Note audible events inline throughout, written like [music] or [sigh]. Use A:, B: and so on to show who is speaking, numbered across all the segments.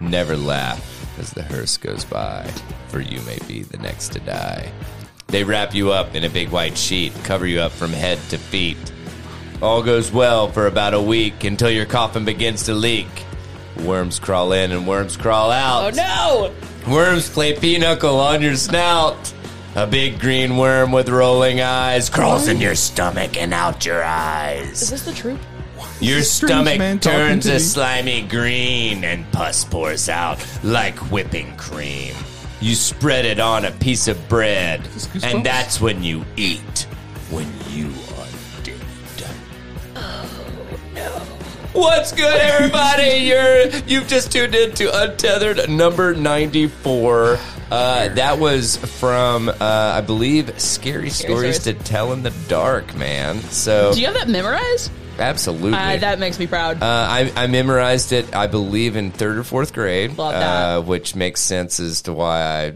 A: Never laugh as the hearse goes by, for you may be the next to die. They wrap you up in a big white sheet, cover you up from head to feet. All goes well for about a week until your coffin begins to leak. Worms crawl in and worms crawl
B: Oh
A: out.
B: no!
A: Worms play pinochle on your snout. A big green worm with rolling eyes crawls in your stomach and out your
B: Is
A: eyes.
B: this the troop?
A: Your
C: a strange
A: stomach
C: man talking
A: turns
C: to
A: a
C: me.
A: slimy green and pus pours out like whipping cream. You spread it on a piece of bread,
C: Is this Goosebumps?
A: and that's when you eat. When you are dead. Oh, What's good, everybody?
C: [laughs]
A: You're you've just tuned in to Untethered number ninety four. Uh, that was from uh, I believe Scary, Stories to
B: Stories.
A: Tell in the Dark, man. So
B: Do you have that memorized?
A: absolutely,
B: Uh, that makes me proud.
A: uh, I, I memorized it, I believe, in third or fourth grade,
B: Love that.
A: Uh, which makes sense as to why I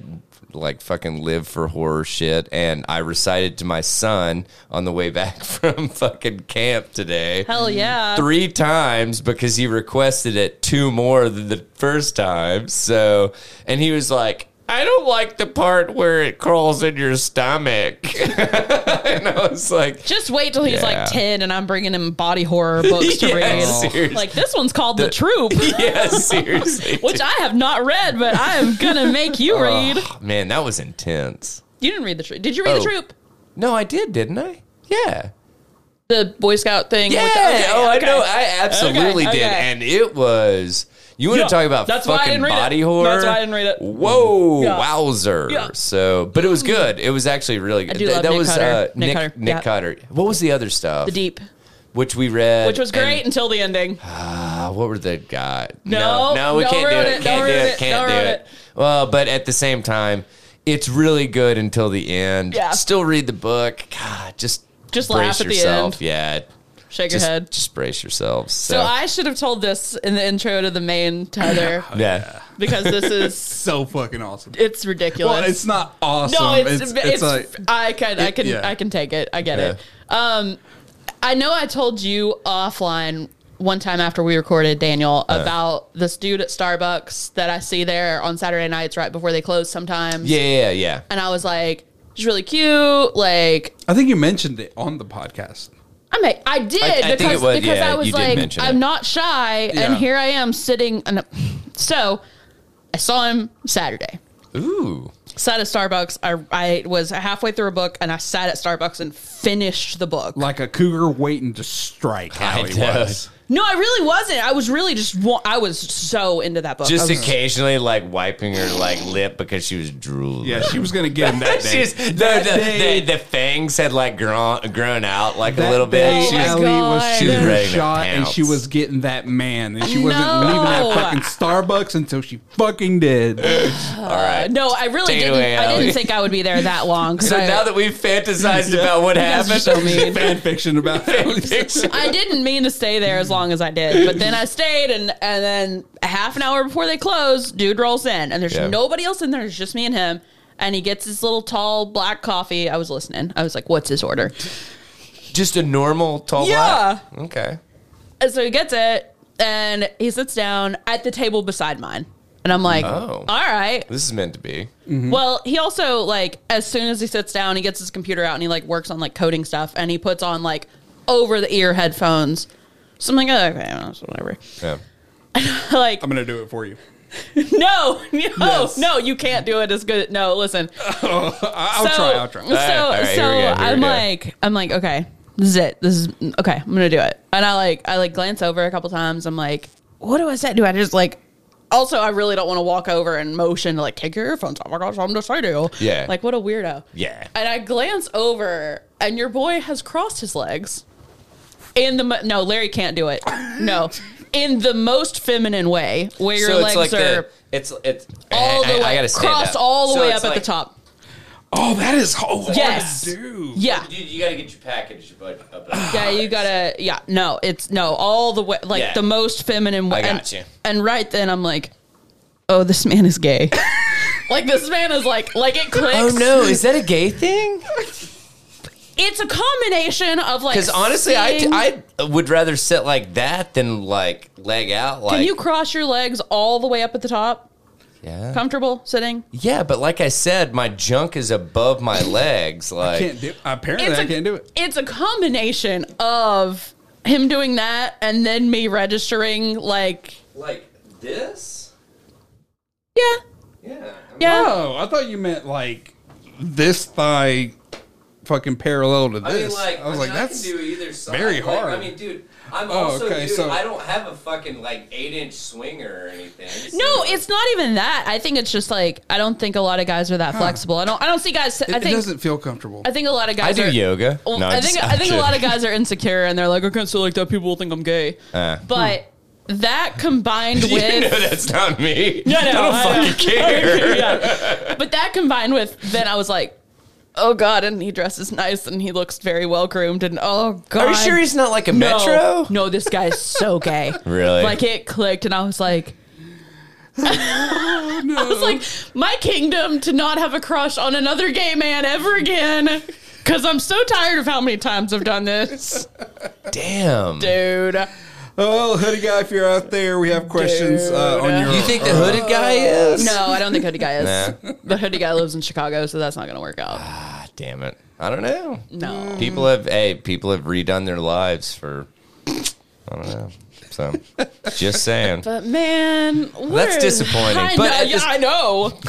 A: like fucking live for horror shit. And I recited to my son on the way back [laughs] from fucking camp today
B: Hell yeah!
A: three times because he requested it two more than the first time. So, and he was like, I don't like the part where it crawls in your stomach. [laughs] and I was
B: [laughs]
A: like,
B: Just wait till he's
A: Yeah.
B: like ten, and I'm bringing him body horror books
A: [laughs]
B: to
A: Yeah,
B: read.
A: seriously.
B: Like this one's called the,
A: [laughs]
B: Troop,
A: yeah, seriously.
B: which I have not read, but I am gonna make
A: [laughs]
B: you read.
A: Oh, man, that was intense.
B: You didn't read the Troop? Did you read
A: Oh.
B: the Troop?
A: No, I did, didn't I? Yeah.
B: The Boy Scout thing.
A: Yeah.
B: With the, okay,
A: oh,
B: okay.
A: I know. I absolutely
B: Okay,
A: did.
B: okay.
A: And it was. You want
B: Yeah,
A: to talk about
B: that's why I
A: fucking
B: didn't read it.
A: body horror?
B: That's why I didn't read it.
A: Whoa,
B: Yeah.
A: wowzer!
B: Yeah.
A: So, but it was good. It was actually really good.
B: do love
A: that
B: Nick
A: was
B: Cutter.
A: Uh,
B: Nick
A: Nick
B: Cutter.
A: Nick
B: Yeah.
A: Cutter. What was the other stuff?
B: the Deep,
A: which we read,
B: which was great
A: And,
B: until
A: [sighs]
B: the ending.
A: uh, what were the guy?
B: No,
A: no, we
B: don't
A: can't do
B: ruin
A: it.
B: it,
A: Can't
B: don't
A: do
B: ruin
A: it.
B: it,
A: Can't
B: don't
A: do
B: ruin
A: it.
B: it.
A: Well, but at the same time, it's really good until the end.
B: Yeah.
A: Still read the book. God, just
B: Just laugh
A: brace
B: at the
A: yourself.
B: end.
A: Yeah.
B: Shake
A: Just,
B: your head.
A: just brace yourselves. So,
B: So I should have told this in the intro to the main
A: [laughs]
B: Tether
A: yeah.
B: because this is
C: So fucking awesome.
B: it's ridiculous.
C: Well, it's not awesome.
B: no, it's it's,
C: like
B: I can I
C: it-
B: can
C: yeah.
B: I can take it. I get it. Um, I know I told you offline one time after we recorded Daniel about this dude at Starbucks that I see there on Saturday nights right before they close sometimes.
A: Yeah, yeah, yeah.
B: and I was like, he's really cute. Like
C: I think you mentioned it on the podcast.
B: I mean, I did
A: I think
B: because,
A: it was-
B: because
A: yeah,
B: I was
A: you did
B: like,
A: mention
B: I'm
A: it.
B: not shy,
C: Yeah.
B: and here I am sitting. And so I saw him Saturday.
A: Ooh.
B: Sat at Starbucks. I I was halfway through a book, and I sat at Starbucks and finished the book.
C: Like a cougar waiting to strike. How
A: I
C: he
A: know.
C: was.
B: No, I really wasn't. I was really just. wa- I was so into that book.
A: Just
B: I was-
A: occasionally like wiping her like lip because she was drooling.
C: Yeah, she was gonna get him that
A: [laughs]
C: day.
A: She was- the,
C: That
A: the,
C: day-
A: the, the fangs had like grown, grown out like a
C: That
A: little
C: day,
A: bit. She was,
C: Ellie was
B: Oh God.
A: She was
C: getting
A: ready to
C: shot, and she
A: pounce.
C: was getting that man, and she wasn't
B: No.
C: leaving that fucking Starbucks until she fucking did.
A: all right.
B: Uh, no, I really
A: Take it
B: didn't.
A: away,
B: I
A: Allie.
B: didn't think I would be there that
A: [laughs]
B: long.
A: So
B: I,
A: now that we've fantasized about what
B: guys are
A: happened, [laughs]
B: so mean.
C: Fan fiction about
B: [laughs]
A: fiction.
B: I didn't mean to stay there as long as I did, but then I stayed, and and then a half an hour before they close, dude rolls in, and there's
A: Yeah.
B: nobody else in there. It's just me and him, and he gets his little tall black coffee. I was listening. I was like, "What's his order?"
A: just a normal tall
B: Yeah.
A: black. Okay.
B: And so he gets it, and he sits down at the table beside mine, and I'm like,
A: Oh.
B: "All right."
A: This is meant to be.
B: Well, he also like as soon as he sits down, he gets his computer out and he like works on like coding stuff and he puts on like over the ear headphones. So I'm like, oh, okay, well, so whatever. [laughs]
A: Yeah.
B: like,
C: I'm gonna do it for you.
B: no, [laughs] no,
C: Yes.
B: no, you can't do it as good. No, listen.
C: I'll
B: so,
C: try. I'll try.
B: So,
A: All right, here
B: so
A: we go, here we
B: I'm
A: go.
B: like, I'm like, okay, this is it. This is okay. I'm gonna do it. And I like, I like glance over a couple times. I'm like, what do I say? Do I just like? Also, I really don't want to walk over and motion to like take your earphones. Oh my gosh, I'm just I do.
A: Yeah.
B: Like what a weirdo.
A: Yeah.
B: And I glance over, and your boy has crossed his legs. In the mo- no, Larry can't do it.
A: [laughs]
B: No, in the most feminine way, where your
A: so it's
B: legs
A: like
B: are
A: the, it's it's
B: all
A: I-
B: the
A: I,
B: way
A: I gotta stand
B: crossed
A: up.
B: all the
A: So
B: way
A: it's
B: up at
A: like-
B: the top.
C: Oh, that is oh, hard
B: Yes.
C: to do.
B: Yeah,
A: You, you gotta get your package, but up at the
B: yeah,
A: top.
B: you gotta. Yeah, no, it's no all the way like
A: Yeah.
B: the most feminine way.
A: I got
B: and,
A: you.
B: And right then, I'm like, oh, this man is gay. [laughs]
C: Oh,
B: like this man is like like it clicks. [laughs]
A: Oh no, is that a gay thing?
B: it's a combination of like.
A: Because honestly,
B: sitting-
A: I, I would rather sit like that than like leg out. Like,
B: can you cross your legs all the way up at the top?
A: yeah.
B: Comfortable sitting.
A: yeah, but like I said, my junk is above my legs. Like,
C: can't do. Apparently,
B: It's
C: I
B: a-
C: can't do it.
B: It's a combination of him doing that and then me registering like
A: like this?
B: yeah
A: Yeah. I mean,
B: yeah.
C: Oh, I thought you meant like this thigh, fucking parallel to
A: I mean,
C: this. I,
A: like,
C: was
A: mean,
C: like,
A: I
C: that's
A: can do either side.
C: very
A: Like,
C: hard.
A: I mean, dude, I'm
C: Oh,
A: also,
C: okay,
A: dude,
C: so-
A: I don't have a fucking like eight inch swinger or anything. So-
B: No, it's not even that. I think it's just like I don't think a lot of guys are that flexible. I don't. I don't see guys.
C: it,
B: I
C: it
B: think.
C: doesn't feel comfortable.
B: I think a lot of guys.
A: I do
B: are,
A: yoga.
B: Well,
A: No, I'm
B: I
A: [laughs]
B: think.
A: just-
B: I think
A: I'm
B: a lot of
A: kidding.
B: guys are insecure and they're like, I can't sit like that. People will think I'm gay.
A: Ah.
B: but that combined with.
A: [laughs] you know that's not me.
B: Yeah, I know,
A: I
B: I
A: don't
B: know.
A: fucking care.
B: [laughs] Yeah. But that combined with then I was like, oh god, and he dresses nice and he looks very well groomed and oh god.
A: Are you sure he's not like a
B: no,
A: metro?
B: No, this guy's
A: [laughs]
B: so gay.
A: Really?
B: Like it clicked and I was like. [laughs] I was like, my kingdom to not have a crush on another gay man ever again. Cause I'm so tired of how many times I've done this.
A: Damn.
B: [laughs] Dude.
C: oh, hoodie guy, if you're out there, we have questions uh, on your.
A: You think the hooded
C: [laughs]
A: guy is?
B: No, I don't think hoodie guy is. The hoodie guy lives in Chicago, so that's not gonna work out. [sighs]
A: God damn it. I don't know.
B: No.
A: People have hey, people have redone their lives for I don't know. So just [laughs] saying.
B: But man, we're-
A: disappointing,
B: I
A: but
B: know,
A: at
B: yeah,
A: this-
B: I know.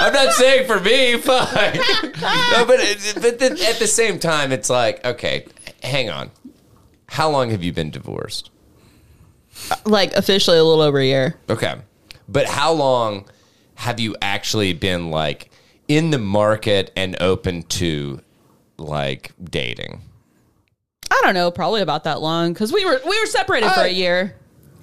A: I'm not saying for me, fuck. [laughs] no, but it, but then at the same time, it's like okay, hang on. How long have you been divorced?
B: Like officially a little over a year.
A: Okay, but how long have you actually been like in the market and open to like dating?
B: I don't know, probably about that long because we were we were separated for
A: I-
B: a year.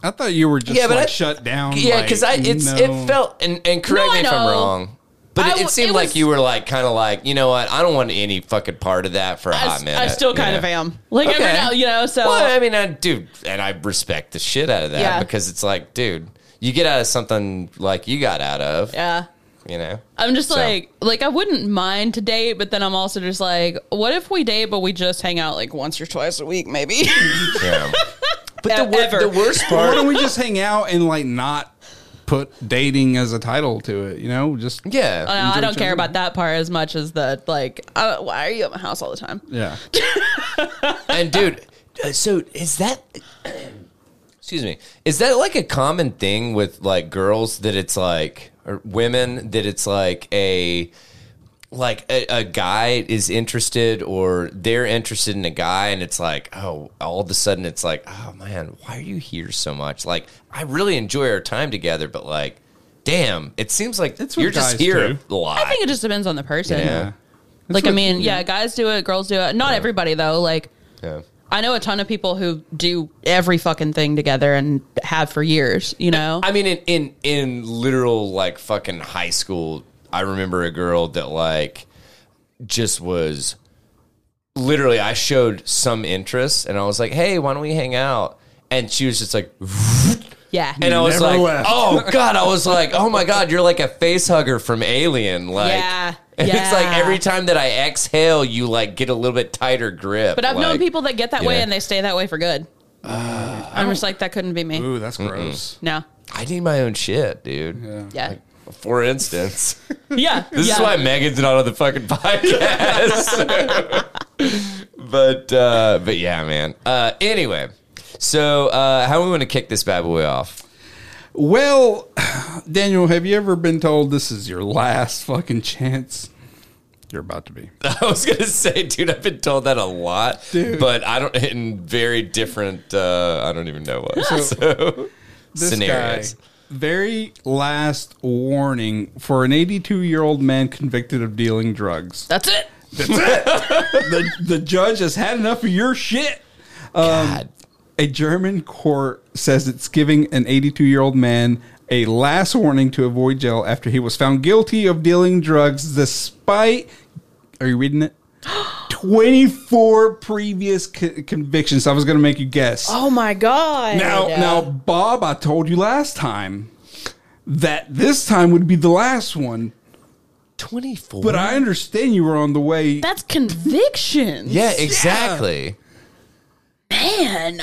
C: I thought you were just
A: Yeah, but
C: like
A: I-
C: shut down.
A: Yeah,
C: like,
A: because I it's
C: no.
A: it felt and, and correct
B: No,
A: me
B: I
A: if I'm
B: know.
A: wrong, but
B: I
A: it,
B: w-
A: it seemed
B: it
A: like
B: was-
A: you were like kind of like you know what I don't want any fucking part of that for a
B: I,
A: hot
B: s- I
A: minute.
B: still
A: you
B: kind
A: know?
B: of am. Like every
A: Okay.
B: now, you know. So
A: Well, I mean, I do, and I respect the shit out of that
B: Yeah.
A: because it's like, dude, you get out of something like you got out of,
B: yeah,
A: you know. [laughs]
B: I'm just
A: So-
B: like like I wouldn't mind to date, but then I'm also just like, what if we date but we just hang out like once or twice a week, maybe?
A: Yeah. But the,
B: Ever.
A: wor- the worst
C: Why
B: [laughs]
C: don't
A: part, [laughs]
C: we just hang out and like not put dating as a title to it? You know, just
A: yeah,
B: I, don't- I
C: Enjoy
B: don't
C: each
B: care
C: other.
B: about that part as much as the like. Uh, why are you at my house all the time?
C: yeah.
A: and dude, uh, so is that? [clears throat] excuse me. Is that like a common thing with like girls that it's like or women that it's like a like a, a guy is interested or they're interested in a guy and it's like oh all of a sudden it's like oh man why are you here so much like I really enjoy our time together but like damn it seems like
C: It's with
A: you're just
C: guys,
A: here
C: too.
A: a lot
B: I think it just depends on the person.
A: Yeah.
B: Like I
C: what-
B: mean, yeah, guys do it, girls do it. Not everybody though. Like
A: yeah.
B: I know a ton of people who do every fucking thing together and have for years, you know?
A: I mean, in, in in literal like fucking high school, I remember a girl that like just was literally. I showed some interest, and I was like, "Hey, why don't we hang out?" And she was just like,
B: yeah.
A: and I was
C: Never
A: like,
C: left. [laughs]
A: "Oh God!" I was like, "Oh my God!" You're like a face hugger from Alien, like.
B: Yeah,
A: And
B: yeah.
A: It's like every time that I exhale, you like get a little bit tighter grip.
B: but I've known
A: like-
B: people that get that way
A: Yeah. Uh,
B: and they stay that way for good. I'm just like, that couldn't be me.
C: Ooh, that's gross.
B: No.
A: I need my own shit, dude.
B: Yeah.
A: For instance.
B: [laughs] yeah.
A: This
B: yeah.
A: is why Megan's not on the fucking [laughs] podcast. [laughs] but uh, but yeah, man. Uh, anyway, so uh, how we want to kick this bad boy off? [laughs]
C: Well, [sighs] Daniel, have you ever been told this is your last fucking chance? You're about to be.
A: I was gonna say, dude, I've been told that a lot,
C: Dude.
A: but I don't in very different. Uh, I don't even know what. [laughs] So,
C: This
A: scenarios.
C: guy, very last warning for an 82 year old man convicted of
B: [laughs]
C: dealing drugs.
B: That's it.
C: the, the judge has had enough of your shit. um,
A: God,
C: A German court says it's giving an 82 year old man a last warning to avoid jail after he was found guilty of dealing drugs despite. Are you reading it? 24 previous co- convictions. I was going to make you guess.
B: Oh my God.
C: now, now, Bob, I told you last time that this time would be the last one.
A: 24.
C: But I understand you were on the way.
B: That's conviction.
A: Yeah, exactly.
B: Man.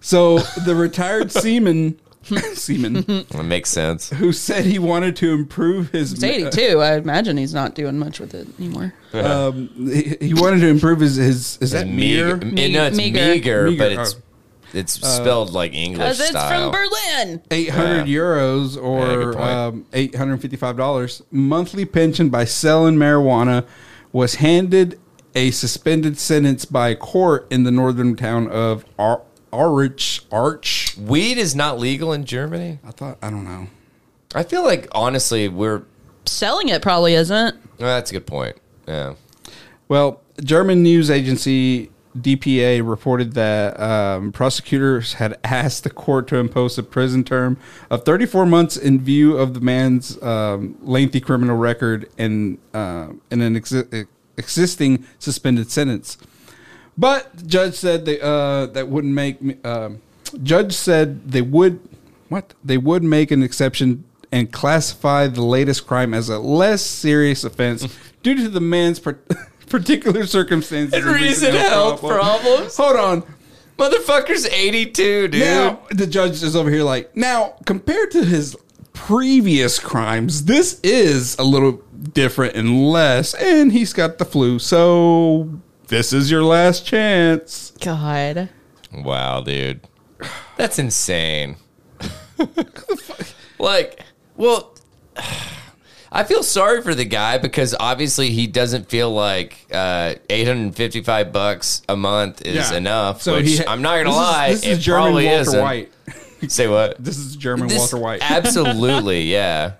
C: So the retired seaman, [laughs] seaman
A: That makes sense.
C: who said he wanted to improve his
B: He's 82. I imagine he's not doing much with it anymore.
A: [laughs]
C: um, he, he wanted to improve his his is that
A: meager?
C: mere
A: Eh, No, it's
B: Meager.
A: meager,
C: Meager, Oh. Uh,
A: but it's it's spelled like English
B: Because it's
A: style.
B: from Berlin.
C: eight hundred euros
A: Yeah, good
C: or
A: point.
C: um, eight hundred fifty five dollars monthly pension by selling marijuana was handed a suspended sentence by a court in the northern town of Ar- Arch Arch.
A: Weed is not legal in Germany.
C: I thought I don't know.
A: I feel like honestly, we're
B: Selling it probably isn't.
A: well, that's a good point. Yeah.
C: Well, German news agency DPA reported that um, prosecutors had [laughs] asked the court to impose a prison term of 34 months in view of the man's um, lengthy criminal record and uh, and an exi- existing suspended sentence. But the judge said they, uh, that wouldn't make. me- um judge said they would what they would make an exception and classify the latest crime as a less serious offense
A: [laughs]
C: due to the man's par- [laughs] particular
A: And
C: circumstances
A: recent health problems.
C: Hold on.
A: Motherfucker's 82, dude.
C: Now the judge is over here like now compared to his previous crimes, this is a little different and less, and he's got the flu, so this is your last chance.
B: God.
A: Wow, dude. That's
C: [laughs]
A: insane. like, well, I feel sorry for the guy because obviously he doesn't feel like uh, 855 bucks a month is
C: Yeah.
A: enough, which
C: ha-
A: I'm not going to
C: this is-
A: lie,
C: this is
A: it
C: German
A: probably
C: Walter
A: isn't.
C: White.
A: Say what?
C: This is German
A: This-
C: Walter White. [laughs]
A: absolutely, yeah.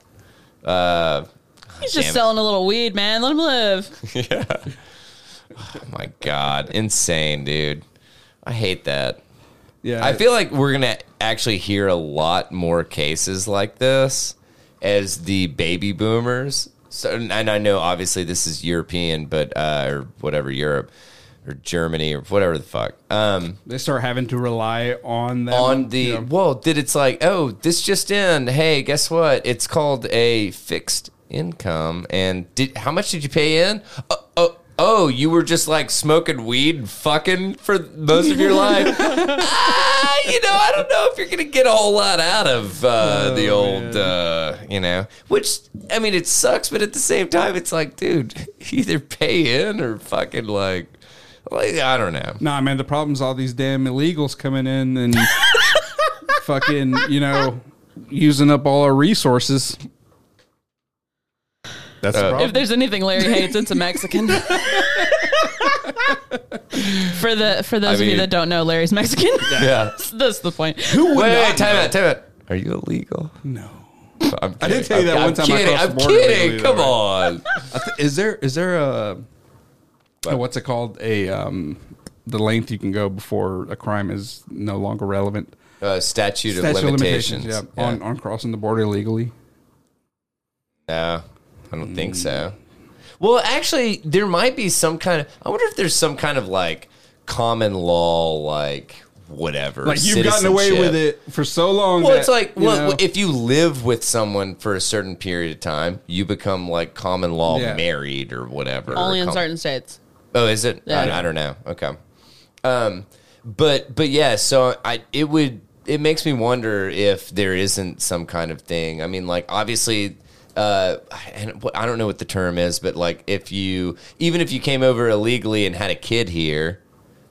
B: He's
A: Damn
B: just
A: it.
B: selling a little weed, man. Let him live.
A: Oh my God. Insane, dude. I hate that.
C: yeah,
A: I feel like we're gonna actually hear a lot more cases like this as the baby boomers. So, and I know obviously this is European, but uh, or whatever Europe or Germany or whatever the fuck. Um,
C: they start having to rely on that
A: on the
C: you know,
A: well, did it's like oh this just in? Hey, guess what? It's called a fixed income. And did how much did you pay in? Oh, oh, oh you were just like smoking weed, and fucking for most of your life. Ah, you know, I don't know if you're gonna get a whole lot out of uh, the old, uh, you know. Which I mean, it sucks, but at the same time, it's like, dude, [laughs] either pay in or fucking like, like I don't know.
C: Nah, man, the problem's all these damn illegals coming
A: [laughs]
C: in and fucking, you know, using up all our resources. That's the
B: If
C: problem.
B: there's
A: [laughs]
B: anything Larry hates, it's a Mexican. for the for those
A: I
B: of you
A: mean-
B: that don't know, Larry's Mexican.
A: [laughs] Yeah.
B: That's the point.
A: Wait, wait, time out, time out. Are you illegal?
C: no.
A: I'm
C: I did tell you that
A: I'm,
C: one time I
A: Kidding.
C: crossed the
A: I'm
C: border
A: kidding.
C: illegally,
A: Come
C: though, [laughs]
A: on.
C: Is there is there a what's it called? A um the length you can go before a crime is no longer relevant.
A: Uh, statute,
C: Statute
A: of
C: of
A: limitations.
C: yeah, On, on crossing the border illegally.
A: No, I don't think so.
C: Mm.
A: Well, actually, there might be some kind of. I wonder if there's some kind of like common law, like whatever.
C: like you've gotten away
A: citizenship.
C: with it for so long.
A: Well,
C: that,
A: it's like
C: you
A: well,
C: know,
A: if you live with someone for a certain period of time, you become like common law
C: Yeah.
A: married or whatever.
B: Only
A: or
B: in
A: com-
B: certain states.
A: Oh, is it? I-
B: Yeah.
A: I, don't know. Okay. Um, but but yeah, so I it would it makes me wonder if there isn't some kind of thing. I mean, like obviously. Uh, and what- I don't know what the term is, but like if you, even if you came over illegally and had a kid here,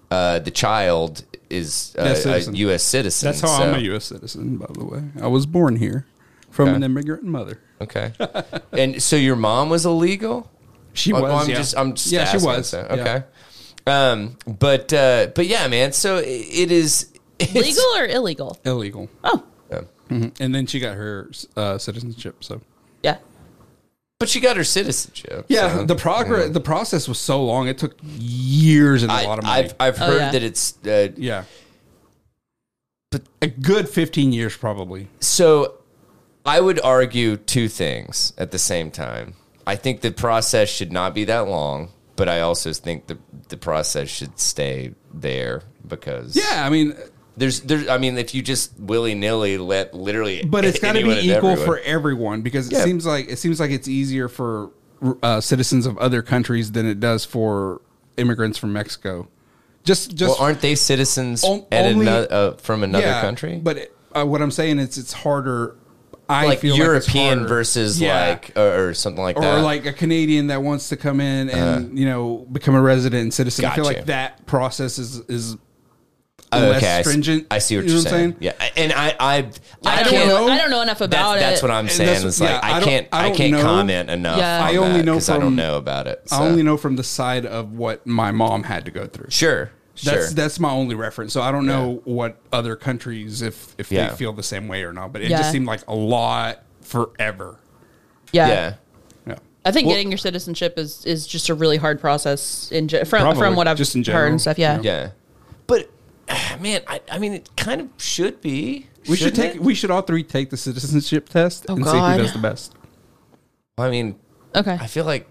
A: uh, the child is uh,
C: Yes,
A: a
C: citizen.
A: U.S. citizen.
C: that's how I'm
A: so-
C: a U.S. citizen, by the way. I was born here from
A: Okay.
C: an immigrant mother.
A: Okay. [laughs] and so your mom was illegal?
C: She
A: Oh,
C: was.
A: I'm
C: yeah.
A: just I'm just
C: yeah, she
A: asking,
C: was.
A: so,
C: yeah.
A: Okay. Um but uh but yeah, man. So i- it is it's-
B: Legal or illegal?
C: Illegal.
B: Oh,
A: Yeah.
C: And then she got her uh, citizenship. So
B: yeah.
A: But she got her citizenship.
C: yeah,
A: so-
C: the progress, the process was so long. It took years and a
A: I,
C: lot of money.
A: I've I've
B: Oh,
A: heard
B: yeah.
A: that it's uh,
C: yeah, but a good 15 years probably.
A: so I would argue two things at the same time. I think the process should not be that long, but I also think the the process should stay there because
C: Yeah, I mean,
A: There's, there's. I mean, if you just willy nilly let literally, [laughs]
C: but it's got to
A: anyone
C: be
A: and
C: equal
A: everyone-
C: for everyone because it
A: Yeah.
C: seems like it seems like it's easier for uh, citizens of other countries than it does for immigrants from Mexico. Just,
A: Well,
C: just
A: aren't they citizens
C: On-
A: at
C: only-
A: ano- uh, from another
C: yeah,
A: country?
C: But it, uh, what I'm saying is, it's harder. I
A: like
C: feel like it's
A: European
C: harder.
A: versus
C: Yeah.
A: like or, or something like
C: or
A: that.
C: like a Canadian that wants to come in and you know become a resident and citizen. I feel
A: Uh-huh. Gotcha.
C: like that process is is
A: Oh,
C: less
A: I s-
C: stringent.
A: I see what
C: You
A: you're
C: know what I'm
A: saying. Yeah, I- and I I I,
B: I
A: can't.
B: don't know.
C: know.
B: I don't know enough about
A: that's,
B: it.
A: that's what I'm saying.
C: that's-
A: It's like
C: yeah,
A: I,
C: I don't-
A: can't
C: I
A: I,
C: don't
A: can't
C: know.
A: comment enough.
B: Yeah.
A: on
C: I only
A: that
C: know
A: 'cause I don't
C: from-
A: know about it.
C: I
A: so.
C: only know from the side of what my mom had to go through.
A: Sure, sure.
C: That's that's my only reference. So I don't know what other countries if if
A: Yeah.
C: they feel the same way or not. But it
B: Yeah.
C: just seemed like a lot forever.
B: yeah.
A: yeah.
C: Yeah.
B: I think
A: Well-
B: getting your citizenship is is just a really hard process in ge- from
C: Probably,
B: from what I've
C: just in
B: heard
C: general,
B: and stuff. Yeah.
C: you
A: Yeah. But [sighs] man, I, I mean, it kind of should be.
C: We should
A: shouldn't
C: take
A: it?
C: we should all three take the citizenship test
B: Oh,
C: and see
A: God.
C: who does the best.
A: I mean,
B: Okay.
A: I feel like.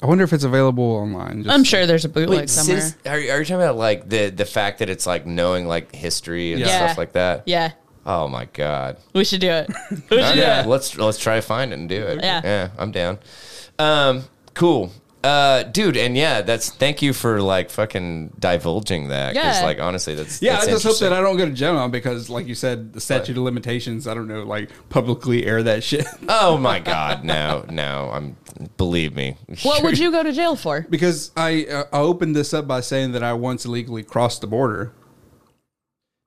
C: I wonder if it's available online. Just
B: I'm sure there's a bootleg
A: Wait,
B: somewhere.
A: citizen, are, you- are you talking about like the the fact that it's like knowing like history and
C: Yeah.
A: stuff like that?
B: yeah.
A: Oh my god.
B: We should do it. We should
A: yeah.
B: do it.
A: Let's let's try to find it and do it.
B: Yeah.
A: Yeah, I'm down. Um, cool. Uh, dude, and yeah, that's thank you for like fucking divulging that. Because
B: Yeah.
A: like honestly, that's
C: Yeah,
A: that's
C: I just hope
A: interesting.
C: that I don't go to jail because, like you said, the statute of limitations. I don't know, like publicly air that shit [laughs]
A: Oh my god, no, no. I'm believe me.
B: What would you go to jail for?
C: because I uh, I opened this up by saying that I once illegally crossed the border.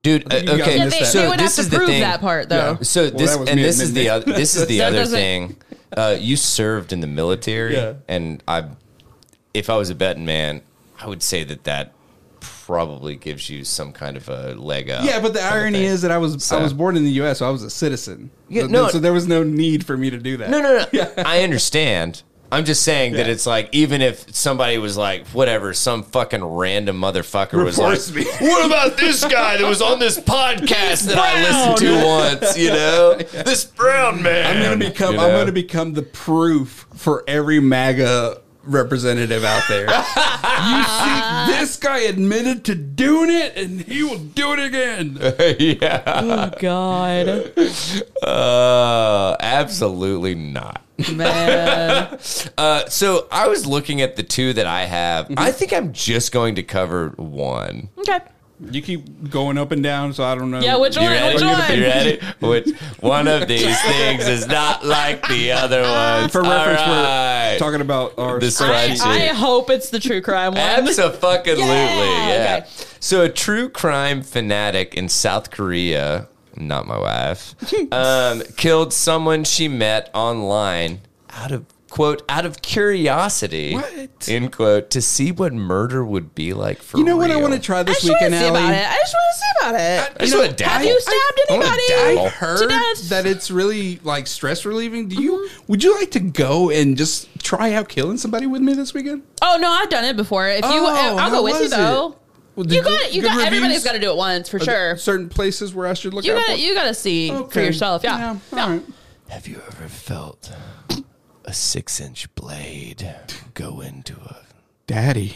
A: dude? Uh,
C: think you guys
A: okay,
B: Yeah,
C: missed
B: they,
C: that.
B: they would have
A: this
B: to
A: is the
B: prove
A: thing.
B: that part though.
C: Yeah.
A: So
C: Well,
A: this
C: that was
A: and
C: me
A: this is
C: admitting
A: the
C: it.
A: other this
B: [laughs]
A: is the
B: That
A: other
B: doesn't-
A: thing. Uh, you served in the military,
C: Yeah.
A: and I, if I was a betting man, I would say that that probably gives you some kind of a leg up.
C: yeah, but the
A: kinda
C: irony
A: thing.
C: is that I was
A: So-
C: I was born in the U.S., so I was a citizen.
A: Yeah,
C: so,
A: no.
C: so there was no need for me to do that.
A: no,
C: [laughs]
A: no, no. I understand. I'm just saying that
C: Yeah.
A: it's like even if somebody was like whatever, some fucking random motherfucker was
C: Reports
A: like,
C: me.
A: [laughs] "What about this guy that was on this podcast that I listened to
C: Brown.
A: once?" You
C: [laughs]
A: know, this brown man.
C: I'm gonna become
A: you
C: I'm
A: know?
C: gonna become the proof for every MAGA representative out
B: [laughs]
C: there. you see, this guy admitted to doing it, and he will do it again.
A: yeah.
B: Oh God,
A: Uh, absolutely not.
B: man.
A: Uh, so I was looking at the two that I have.
C: Mm-hmm.
A: I think I'm just going to cover one.
B: [laughs] Okay.
C: You keep going up and down, so I don't know.
B: Yeah, which
A: You
B: one?
A: ready?
B: Which
A: You
B: one?
A: ready? Which one of
B: [laughs]
A: these things is not like the other
B: Uh,
A: ones?
C: For reference,
A: All right.
C: we're talking about our
A: This
B: I,
A: spreadsheet.
B: I hope it's the true crime one.
A: Absolutely.
B: Yeah,
A: Yeah.
B: okay.
A: So a true crime fanatic in South Korea, not my
B: [laughs]
A: wife, um, killed someone she met online out of quote out of curiosity.
C: What?
A: End quote to see what murder would be like for
C: You know what I
A: real.
C: want to try
B: I
C: this
B: just want
C: weekend,
B: to see about
C: Allie?
B: it. I just want to see about it.
A: I just want to dabble.
B: Have you stabbed
A: I wanna
B: anybody?
A: dabble.
C: I heard
B: death. Mm-hmm.
C: that it's really like stress relieving. Do you? Would you like to go and just try out killing somebody with me this weekend?
B: Oh no, I've done it before. If you,
C: Oh,
B: I'll
C: how
B: go with you
C: was it?
B: though.
C: Well, did
B: You got, you
C: good
B: got.
C: reviews?
B: Everybody's got to do it once for
C: Are there
B: sure.
C: Certain places where I should look
B: You
C: out
B: got,
C: for.
B: you got to see for
C: Okay.
B: yourself. Yeah.
C: all
B: Yeah.
C: right.
A: Have you ever felt a six-inch blade go into a
C: Daddy.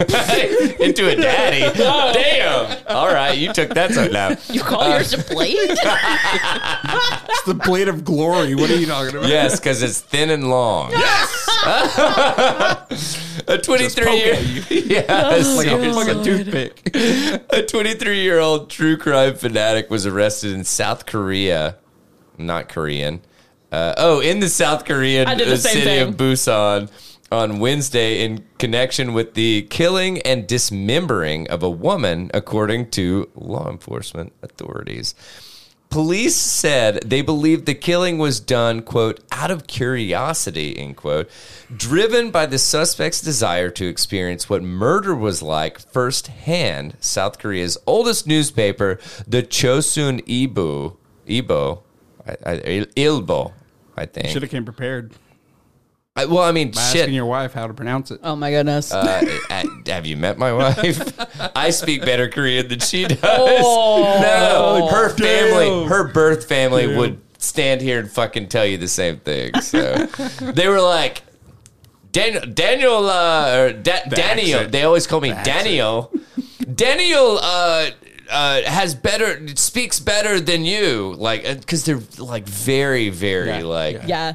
A: into a daddy? Damn! All right, you took that so now.
B: You call yours
C: Uh,
B: a blade?
C: [laughs] It's the blade of glory. What are you talking about?
A: Yes, because it's thin and long. Yes. [laughs] a twenty-three year, [laughs] yes,
C: Like a
A: seriously.
C: fucking toothpick.
A: [laughs] a twenty-three-year-old true crime fanatic was arrested in South Korea, not Korean. Uh, oh, in the South Korean
B: I did the
A: uh,
B: same
A: city of
B: thing.
A: Busan on Wednesday in connection with the killing and dismembering of a woman, according to law enforcement authorities. Police said they believed the killing was done, quote, out of curiosity, end quote, driven by the suspect's desire to experience what murder was like firsthand. South Korea's oldest newspaper, the Chosun Ibo, Ibo, I, I, Ilbo, I think.
C: Should have came prepared.
A: I, well, I mean,
C: By
A: shit.
C: Asking your wife how to pronounce it.
B: oh my
A: [laughs]
B: goodness.
A: Uh, uh, have you met my
C: [laughs]
A: wife? I speak better Korean than she does. no, her family,
C: Oh. Damn.
A: her birth family would stand here and fucking tell you the same thing. So they were like, Daniel, Daniel, uh, or da- Daniel.
C: accent.
A: They always call me Daniel. Daniel uh, uh, has better uh, speaks better than you, like because they're like very, very
C: Yeah.
A: like
B: [laughs] yeah.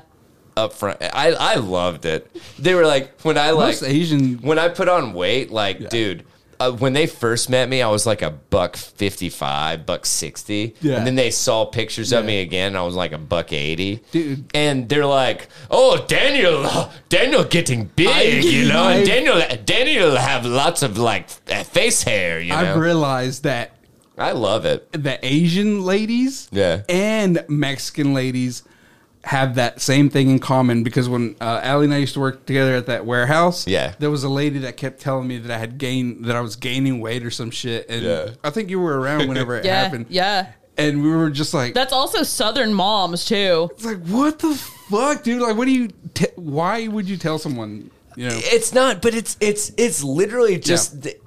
A: up front. I I loved it. They were like when I like
C: Most Asian-
A: when I put on weight, like dude. Uh, when they first met me, I was like a buck fifty five, buck sixty,
C: Yeah.
A: and then they saw pictures of
C: Yeah.
A: me again. And I was like a buck eighty,
C: Dude.
A: And they're like, "Oh, Daniel, Daniel getting big, you know,
C: [laughs] I-
A: and Daniel, Daniel have lots of like uh, face hair, you know."
C: I've realized that
A: I love it.
C: the Asian ladies
A: Yeah.
C: and Mexican ladies have that same thing in common because when uh, Allie and I used to work together at that warehouse,
A: Yeah.
C: there was a lady that kept telling me that I had gained that I was gaining weight or some shit, and
A: Yeah.
C: I think you were around whenever it
B: [laughs] Yeah,
C: happened.
B: yeah.
C: and we were just like,
B: That's also Southern moms too.
C: it's like what the fuck, dude? Like, what do you? T- why would you tell someone? You know,
A: It's not, but it's it's it's literally just
C: Yeah.
A: th-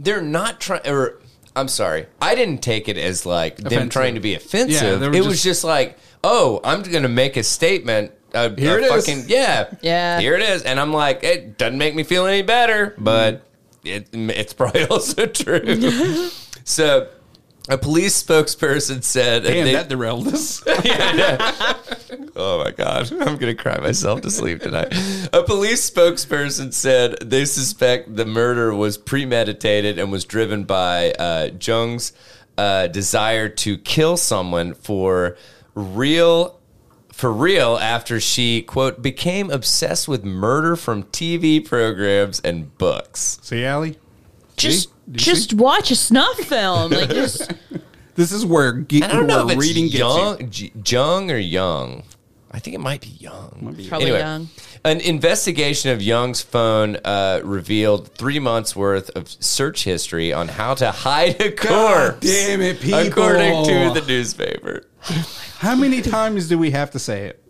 A: they're not trying. Or I'm sorry, I didn't take it as like them
C: Offensive.
A: trying to be
C: Yeah,
A: offensive.
C: they
A: it
C: were
A: was
C: just-
A: just like, oh, I'm going to make a statement. A, a
C: Here it is.
A: fucking, Yeah,
B: Yeah.
A: Here it is, and I'm like, it doesn't make me feel any better, but
C: Mm-hmm.
A: it, it's probably [laughs] also true. so, a police spokesperson said, and
C: damn,
A: they-
C: that derailed
A: [laughs]
C: us.
A: Oh my God. [laughs] I'm going to cry myself to sleep tonight. A police spokesperson said they suspect the murder was premeditated and was driven by uh, Jung's uh, desire to kill someone for real. For real, after she, quote, became obsessed with murder from TV programs and books.
C: See, Allie,
B: Just
C: Do you
B: just watch a snuff
A: [laughs]
B: film. Like just
C: this is where geek,
A: I don't know
C: where
A: if it's
C: reading
A: reading
C: gets you.
A: young, J- Jung or Young. I think it might be Young.
B: probably young.
A: An investigation of Young's phone uh, revealed three months worth of search history on how to hide a
C: God
A: corpse.
C: damn it, people.
A: According to the newspaper.
C: How many times do we have to say it?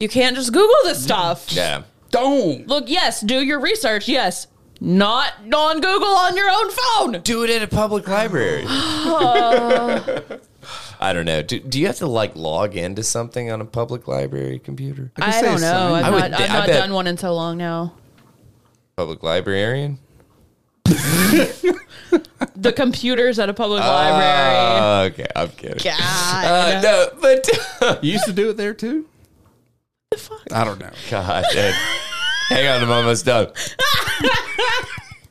B: You can't just Google this stuff.
A: Yeah.
C: Don't.
B: Look, yes, do your research, yes. Not on Google on your own phone.
A: Do it at a public library. [gasps] I don't know. Do, do you have to like log into something on a public library computer?
C: could
B: I
C: say a
B: don't know.
C: sign.
B: I've
A: I would
B: not,
A: thi-
B: I've
A: I
B: not
A: bet-
B: done one in so long now.
A: Public librarian?
B: The computers at a public library.
A: Oh, okay. I'm kidding.
B: God.
A: Uh, no, but. [laughs]
C: You used to do it
B: [laughs]
C: there too? I don't know.
A: God, dude. Hang on, I'm almost done.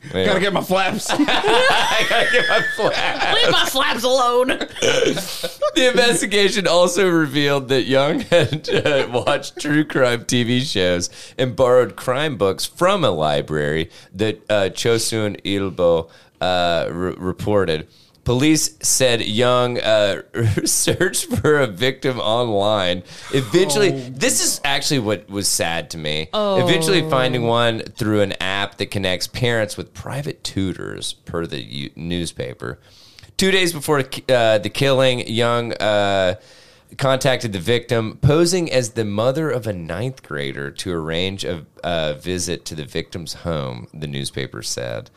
A: Anyway,
C: Gotta get my flaps.
A: I gotta get my flag.
B: Leave my flaps alone.
A: The investigation also revealed that Young had uh, watched true crime TV shows and borrowed crime books from a library that uh, Chosun Ilbo uh, re- reported. Police said Young uh, searched for a victim online. Eventually, this is actually what was sad to me. Eventually, finding one through an app that connects parents with private tutors, per the u- newspaper. Two days before uh, the killing, Young uh, contacted the victim, posing as the mother of a ninth grader to arrange a uh, visit to the victim's home, the newspaper said.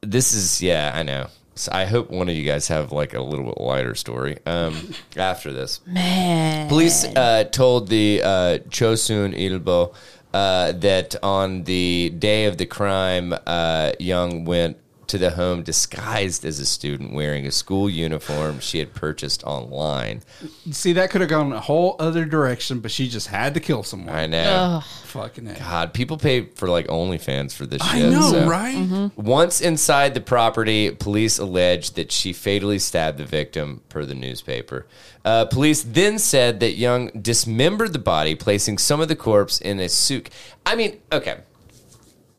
A: This is, yeah, I know. So I hope one of you guys have like a little bit lighter story um, after this.
B: Man.
A: Police uh, told the uh, Chosun Ilbo uh, that on the day of the crime, uh, Young went to the home disguised as a student wearing a school uniform she had purchased online.
C: [laughs] See, that could have gone a whole other direction, but she just had to kill someone.
A: I know.
C: Fucking it.
A: God, people pay for like OnlyFans for this
C: I
A: shit.
C: know,
A: so.
C: right?
B: Mm-hmm.
A: Once inside the property, police alleged that she fatally stabbed the victim, per the newspaper. Uh, police then said that Young dismembered the body, placing some of the corpse in a suit. I mean, okay.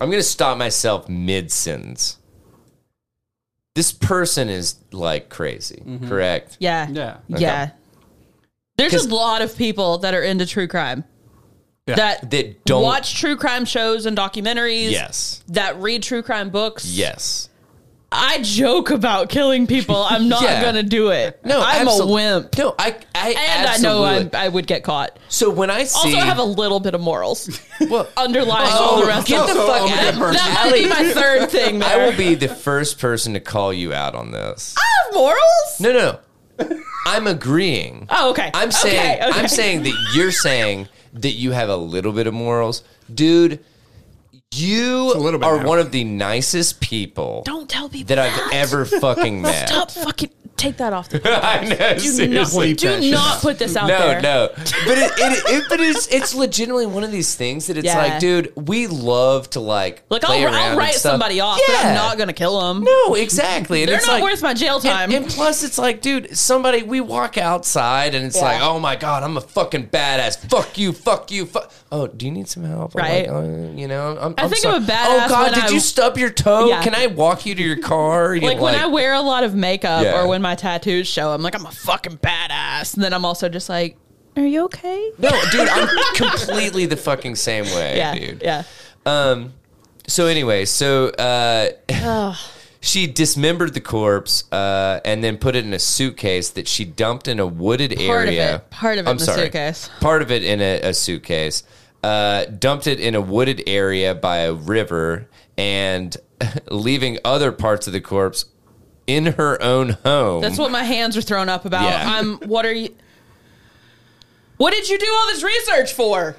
A: I'm going to stop myself mid sentence. This person is like crazy, correct?
B: Mm-hmm. Yeah.
C: Yeah.
B: Yeah. There's a
A: 'Cause-
B: lot of people that are into true crime. That
A: That don't.
B: watch true crime shows and documentaries.
A: Yes.
B: That read true crime books.
A: Yes.
B: I joke about killing people. I'm not
A: Yeah.
B: gonna do it.
A: No,
B: I'm
A: absol-
B: a wimp.
A: No, I, I,
B: And I know
A: absolutely-
B: I, I would get caught.
A: So when I see,
B: Also, I have a little bit
A: [laughs]
B: of morals
A: Well,
B: underlying all the rest
A: get
B: of
A: the
B: it.
C: also,
A: fuck
C: I'm a
A: out.
C: good person.
B: That might be my third
A: [laughs]
B: thing.
A: I
B: There.
A: will be the first person to call you out on this.
B: I have morals.
A: No, no, no. I'm agreeing.
B: Oh, okay.
A: I'm
B: Okay,
A: saying
B: okay.
A: I'm saying that you're saying that you have a little bit of morals, dude. You
C: a little bit
A: are
C: now.
A: one of the nicest people
B: Don't tell people
A: that I've ever fucking met.
B: Stop fucking. take
D: [laughs]
B: that [laughs] off the
A: [laughs] I know.
B: Do
A: seriously.
B: not, do
D: Leave that
B: not put this out
A: no,
B: there.
A: no. But it, it, it but it's it's legitimately one of these things that it's
B: Yeah.
A: like, dude, we love to like
B: Like
A: play
B: I'll,
A: around
B: I'll
A: and
B: write
A: stuff.
B: somebody off, but
A: Yeah.
B: I'm not gonna kill them.
A: No, exactly. And
B: They're
A: it's
B: not
A: like,
B: worth my jail time.
A: And, and plus, it's like, dude, somebody we walk outside and it's
B: Yeah.
A: like, oh my god, I'm a fucking badass. Fuck you, fuck you, fuck. Oh, do you need some help? I'm like,
B: Right.
A: "Uh, you know, I'm,
B: I
A: I'm
B: think
A: sorry.
B: I'm a badass
A: Oh god,
B: when
A: did
B: I-
A: you stub your toe?
B: Yeah.
A: Can I walk you to your car?
B: [laughs]
A: You
B: like,
A: know,
B: when I wear a lot of makeup
A: Yeah.
B: or when my tattoos show, I'm like I'm a fucking badass, and then I'm also just like, are you okay?
A: No, dude,
B: [laughs]
A: I'm completely the fucking same way,
B: yeah,
A: dude.
B: yeah.
A: Um. So anyway, so uh,
B: Ugh.
A: [laughs] she dismembered the corpse uh, and then put it in a suitcase that she dumped in a wooded
B: Part of
A: area.
B: it- part of it
A: I'm
B: in a
A: sorry,
B: suitcase.
A: Part of it in a, a suitcase. Uh, dumped it in a wooded area by a river and [laughs] leaving other parts of the corpse in her own home.
B: That's what my hands are thrown up about.
A: Yeah.
B: I'm. What are you? What did you do all this research for?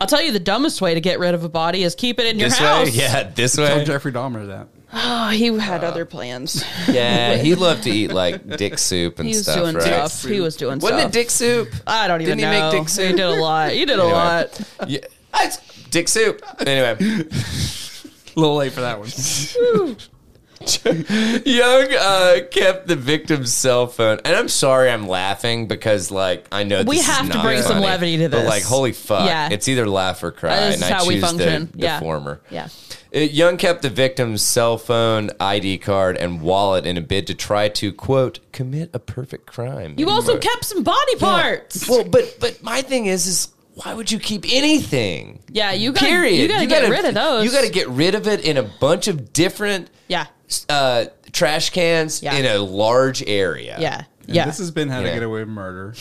B: I'll tell you the dumbest way to get rid of a body is keep it in your
A: this
B: house.
A: way, yeah, this
C: Tell
A: way,
C: Jeffrey Dahmer that.
B: Oh, he had other plans.
A: yeah. He loved to eat like dick soup and
B: He was
A: stuff.
B: doing
A: right?
B: stuff. He was doing
A: Wasn't
B: stuff.
A: it dick
B: [laughs]
A: soup?
B: I don't even
A: Didn't
B: know.
A: he make dick soup?
B: He did a lot. He did a
A: Anyway.
B: lot.
A: Yeah, it's dick soup. Anyway,
C: A little late for that [laughs] one.
A: Young uh, kept the victim's cell phone, and I'm sorry I'm laughing because like I know
B: We
A: this is
B: have to
A: not
B: bring some
A: funny,
B: levity to
A: But
B: this.
A: like, holy fuck,
B: Yeah.
A: it's either laugh or cry,
B: This
A: and
B: is
A: I
B: how we
A: choose
B: function.
A: the, the
B: Yeah.
A: former.
B: Yeah.
A: Uh, Young kept the victim's cell phone, ID card, and wallet in a bid to try to quote commit a perfect crime.
B: You also
A: Quote.
B: kept some body parts.
A: well, but but my thing is is why would you keep anything?
B: Yeah, you gotta,
A: Period.
B: You gotta get rid of those.
A: You got to get rid of it in a bunch of different
B: Yeah.
A: uh, trash cans
B: Yeah.
A: in a large area.
B: Yeah.
C: And
B: yeah.
C: This has been How to
A: Yeah.
C: Get Away with [laughs] Murder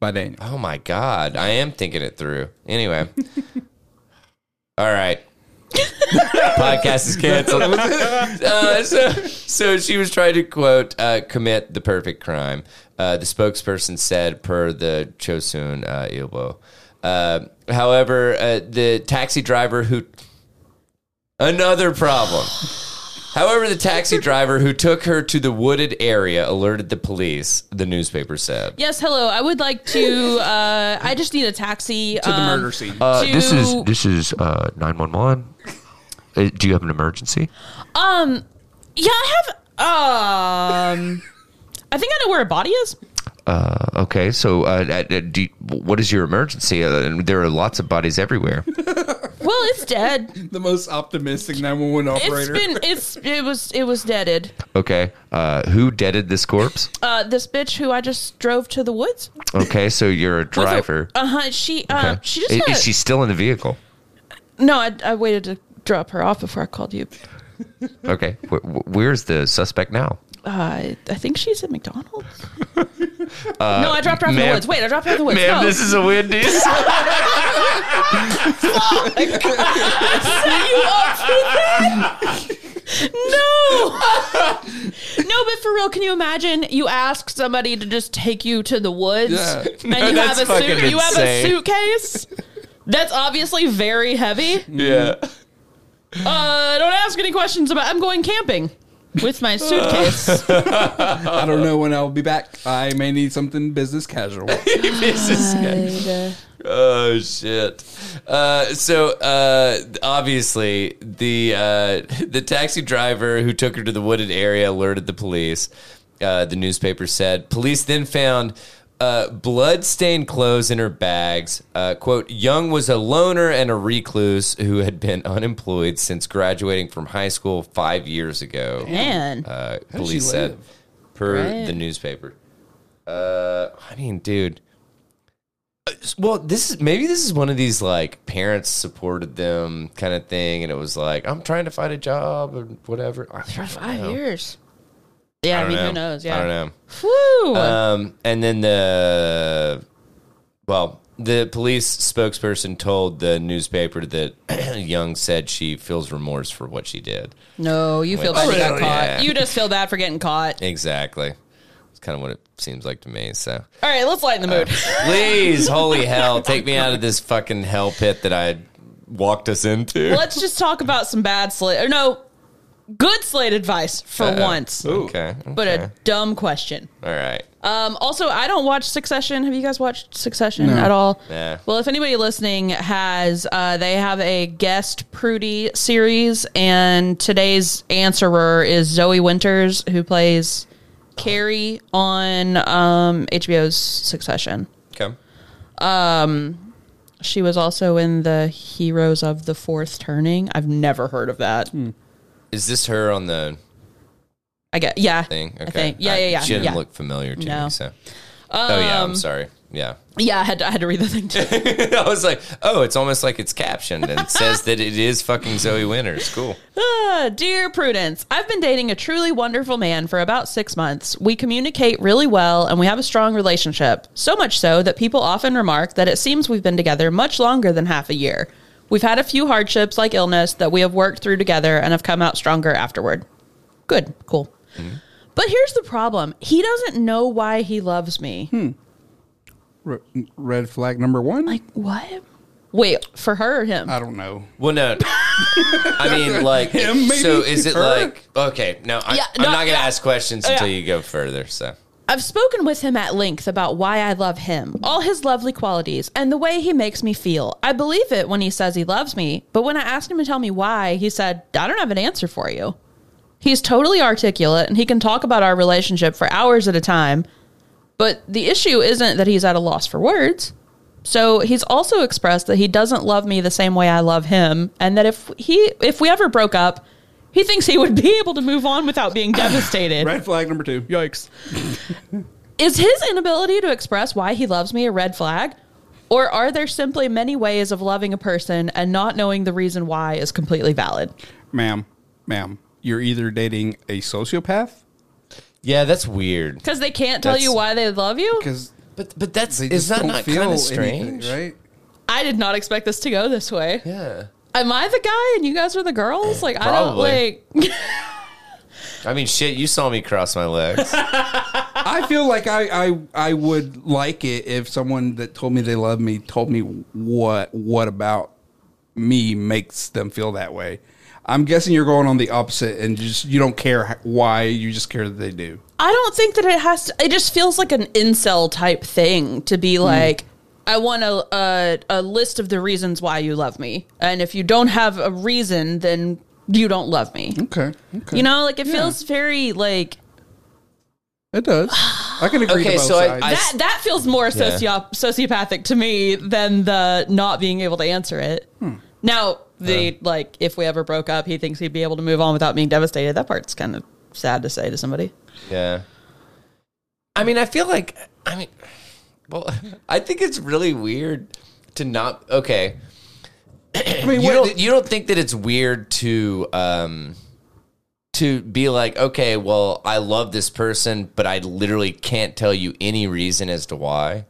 C: by Daniel.
A: Oh my god, I am thinking it through. Anyway, [laughs] all right. Podcast is canceled. Uh, so, so she was trying to quote uh, commit the perfect crime. Uh, the spokesperson said, per the Chosun uh, Ilbo. Uh, however, uh, the taxi driver who Another problem. However, the taxi driver who took her to the wooded area alerted the police, the newspaper said.
B: yes, hello. I would like to. Uh, I just need a taxi um,
C: To the murder scene.
A: uh,
B: to,
E: this is this is uh, 911 Uh, do you have an emergency
B: Um. Yeah, I have. Um. I think I know where a body is.
E: uh, okay so uh, uh, uh, do you- what is your emergency uh, and there are lots of bodies everywhere [laughs]
B: Well, it's dead.
C: the most optimistic 911
B: It's
C: operator.
B: been. It's. It was. It was deaded.
E: okay uh, who deaded this corpse
B: Uh, this bitch who I just drove to the woods.
E: okay so you're a driver
B: Uh huh. She. Uh.
E: okay.
B: She just.
E: is,
B: had
E: is
B: a-
E: she still in the vehicle
B: No, I, I waited to drop her off before I called you.
E: okay Wh- wh- where's the suspect now
B: Uh, I think she's at
E: [laughs]
B: McDonald's. no, I dropped her off in the
E: Uh, ma'am-
B: woods. Wait, I dropped her off in the woods.
E: ma'am
B: no. [laughs]
E: this is a wendy's [laughs]
B: set you up for that? No.
E: [laughs]
B: no, but for real, can you imagine you ask somebody to just take you to the woods
C: Yeah.
B: and you
A: that's
B: have a
A: fucking
B: suit you have a
A: insane.
B: suitcase? That's obviously very heavy.
A: Yeah.
B: Uh, don't ask any questions about I'm going camping with my suitcase.
C: I don't know when I'll be back. I may need something business casual.
A: This is- oh, shit. Uh, so, uh, obviously, the, uh, the taxi driver who took her to the wooded area alerted the police. Uh, the newspaper said police then found uh, blood-stained clothes in her bags. Uh, quote, Young was a loner and a recluse who had been unemployed since graduating from high school five years ago.
B: Man.
A: uh,
C: does
A: police
C: she
A: said
C: live?
A: per
B: Right.
A: the newspaper. Uh, I mean, dude. Uh, s- Well, this is maybe this is one of these like parents supported them kind of thing, and it was like I'm trying to find a job or whatever. I don't
B: Five
A: know.
B: years. Yeah, I,
A: don't
B: mean,
A: know.
B: who knows?
A: I
B: Yeah.
A: don't know.
B: Whew.
A: Um, and then the well, the police spokesperson told the newspaper that [clears throat] Young said she feels remorse for what she did.
B: no, you feel
A: wait.
B: bad you got
A: Really?
B: caught.
A: Yeah.
B: You just feel bad for getting caught.
A: Exactly, it's kind of what it seems like to me. So.
B: All right, let's lighten the mood.
A: Uh.
B: [laughs]
A: Please, holy hell, take me out of this fucking hell pit that I walked us into.
B: Let's just talk about some bad slit. Or no, Good Slate advice for once,
A: Uh, Okay.
B: but a dumb question.
A: All right.
B: Um, also, I don't watch Succession. Have you guys watched Succession
C: No.
B: at all?
A: Nah.
B: Well, if anybody listening has, uh, they have a guest Prudy series, and today's answerer is Zoe Winters, who plays Carrie on um, HBO's Succession.
A: Come.
B: She was also in the Heroes of the Fourth Turning. I've never heard of that.
A: Is this her on the
B: I get yeah.
A: thing? Okay.
B: I think. Yeah,
A: I-
B: yeah, yeah.
A: She didn't
B: yeah.
A: look familiar to
B: No. Um,
A: me. So. oh yeah. I'm sorry. Yeah. [laughs]
B: yeah, I had to, I had to read the thing too.
A: I was like, oh, it's almost like it's captioned and says that it is fucking Zoe Winters. Cool.
B: Ah, Dear Prudence, I've been dating a truly wonderful man for about six months. We communicate really well and we have a strong relationship. So much so that people often remark that it seems we've been together much longer than half a year. We've had a few hardships like illness that we have worked through together and have come out stronger afterward. Good, cool. But here's the problem he doesn't know why he loves me.
C: [laughs] Re- red flag number one.
B: Like, what? Wait, for her or him?
C: I don't know.
A: Well, no. I
B: [laughs]
A: mean, like,
C: Him, maybe?
A: so is it
C: Her?
A: like, okay, no, I,
B: Yeah,
A: I'm
B: no,
A: not going to
B: yeah.
A: ask questions until
B: Yeah.
A: you go further. So,
B: I've spoken with him at length about why I love him, all his lovely qualities, and the way he makes me feel. I believe it when he says he loves me, but when I asked him to tell me why, he said, I don't have an answer for you. He's totally articulate and he can talk about our relationship for hours at a time, but the issue isn't that he's at a loss for words. So he's also expressed that he doesn't love me the same way I love him, and that if he if we ever broke up, he thinks he would be able to move on without being devastated.
C: Red flag number two. Yikes.
B: Is his inability to express why he loves me a red flag? Or are there simply many ways of loving a person and not knowing the reason why is completely valid?
C: Ma'am, ma'am, you're either dating a sociopath
A: yeah, that's weird.
B: Because they can't tell
A: That's-
B: you why they love you?
C: because
A: But, but that's,
C: they
A: is
C: just
A: that
C: don't
A: not
C: feel
A: kind of
C: anything,
A: strange?
C: right?
B: I did not expect this to go this way.
A: Yeah.
B: Am I the guy and you guys are the girls? Like,
A: Probably.
B: I don't like.
A: I mean, shit, you saw me cross my [laughs] legs.
C: I feel like I, I I would like it if someone that told me they love me told me what what about me makes them feel that way. I'm guessing you're going on the opposite and you just you don't care h- why you just care that they do.
B: I don't think that it has to. It just feels like an incel type thing to
A: Hmm.
B: be like, I want a, a a list of the reasons why you love me, and if you don't have a reason, then you don't love me.
C: Okay, okay,
B: You know, like it
C: Yeah.
B: feels very like
C: it does. I can agree.
A: Okay,
C: to both
A: so I-
C: sides.
A: I-
B: that. That feels more socio- sociopathic to me than the not being able to answer it. Now, the like, if we ever broke up, he thinks he'd be able to move on without being devastated. That part's kind of sad to say to somebody.
A: Yeah. I mean, I feel like I mean, well, [laughs] I think it's really weird to not okay.
C: I mean,
A: You
C: what-
A: don't you don't think that it's weird to um to be like, okay, well, I love this person, but I literally can't tell you any reason as to why.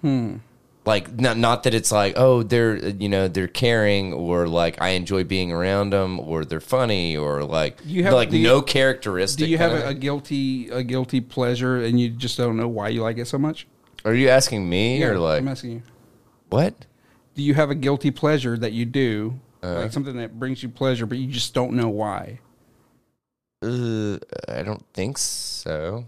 C: Hmm.
A: Like not not that it's like, oh, they're you know, they're caring or like I enjoy being around them or they're funny or like
C: You have-
A: like
C: do you-
A: no characteristic.
C: do you have
A: kinda
C: a, a
A: thing.
C: guilty a guilty pleasure and you just don't know why you like it so much?
A: Are you asking me or like
C: I'm asking you.
A: What?
C: Do you have a guilty pleasure that you do,
B: Uh.
C: like something that brings you pleasure, but you just don't know why?
A: Uh, I don't think so.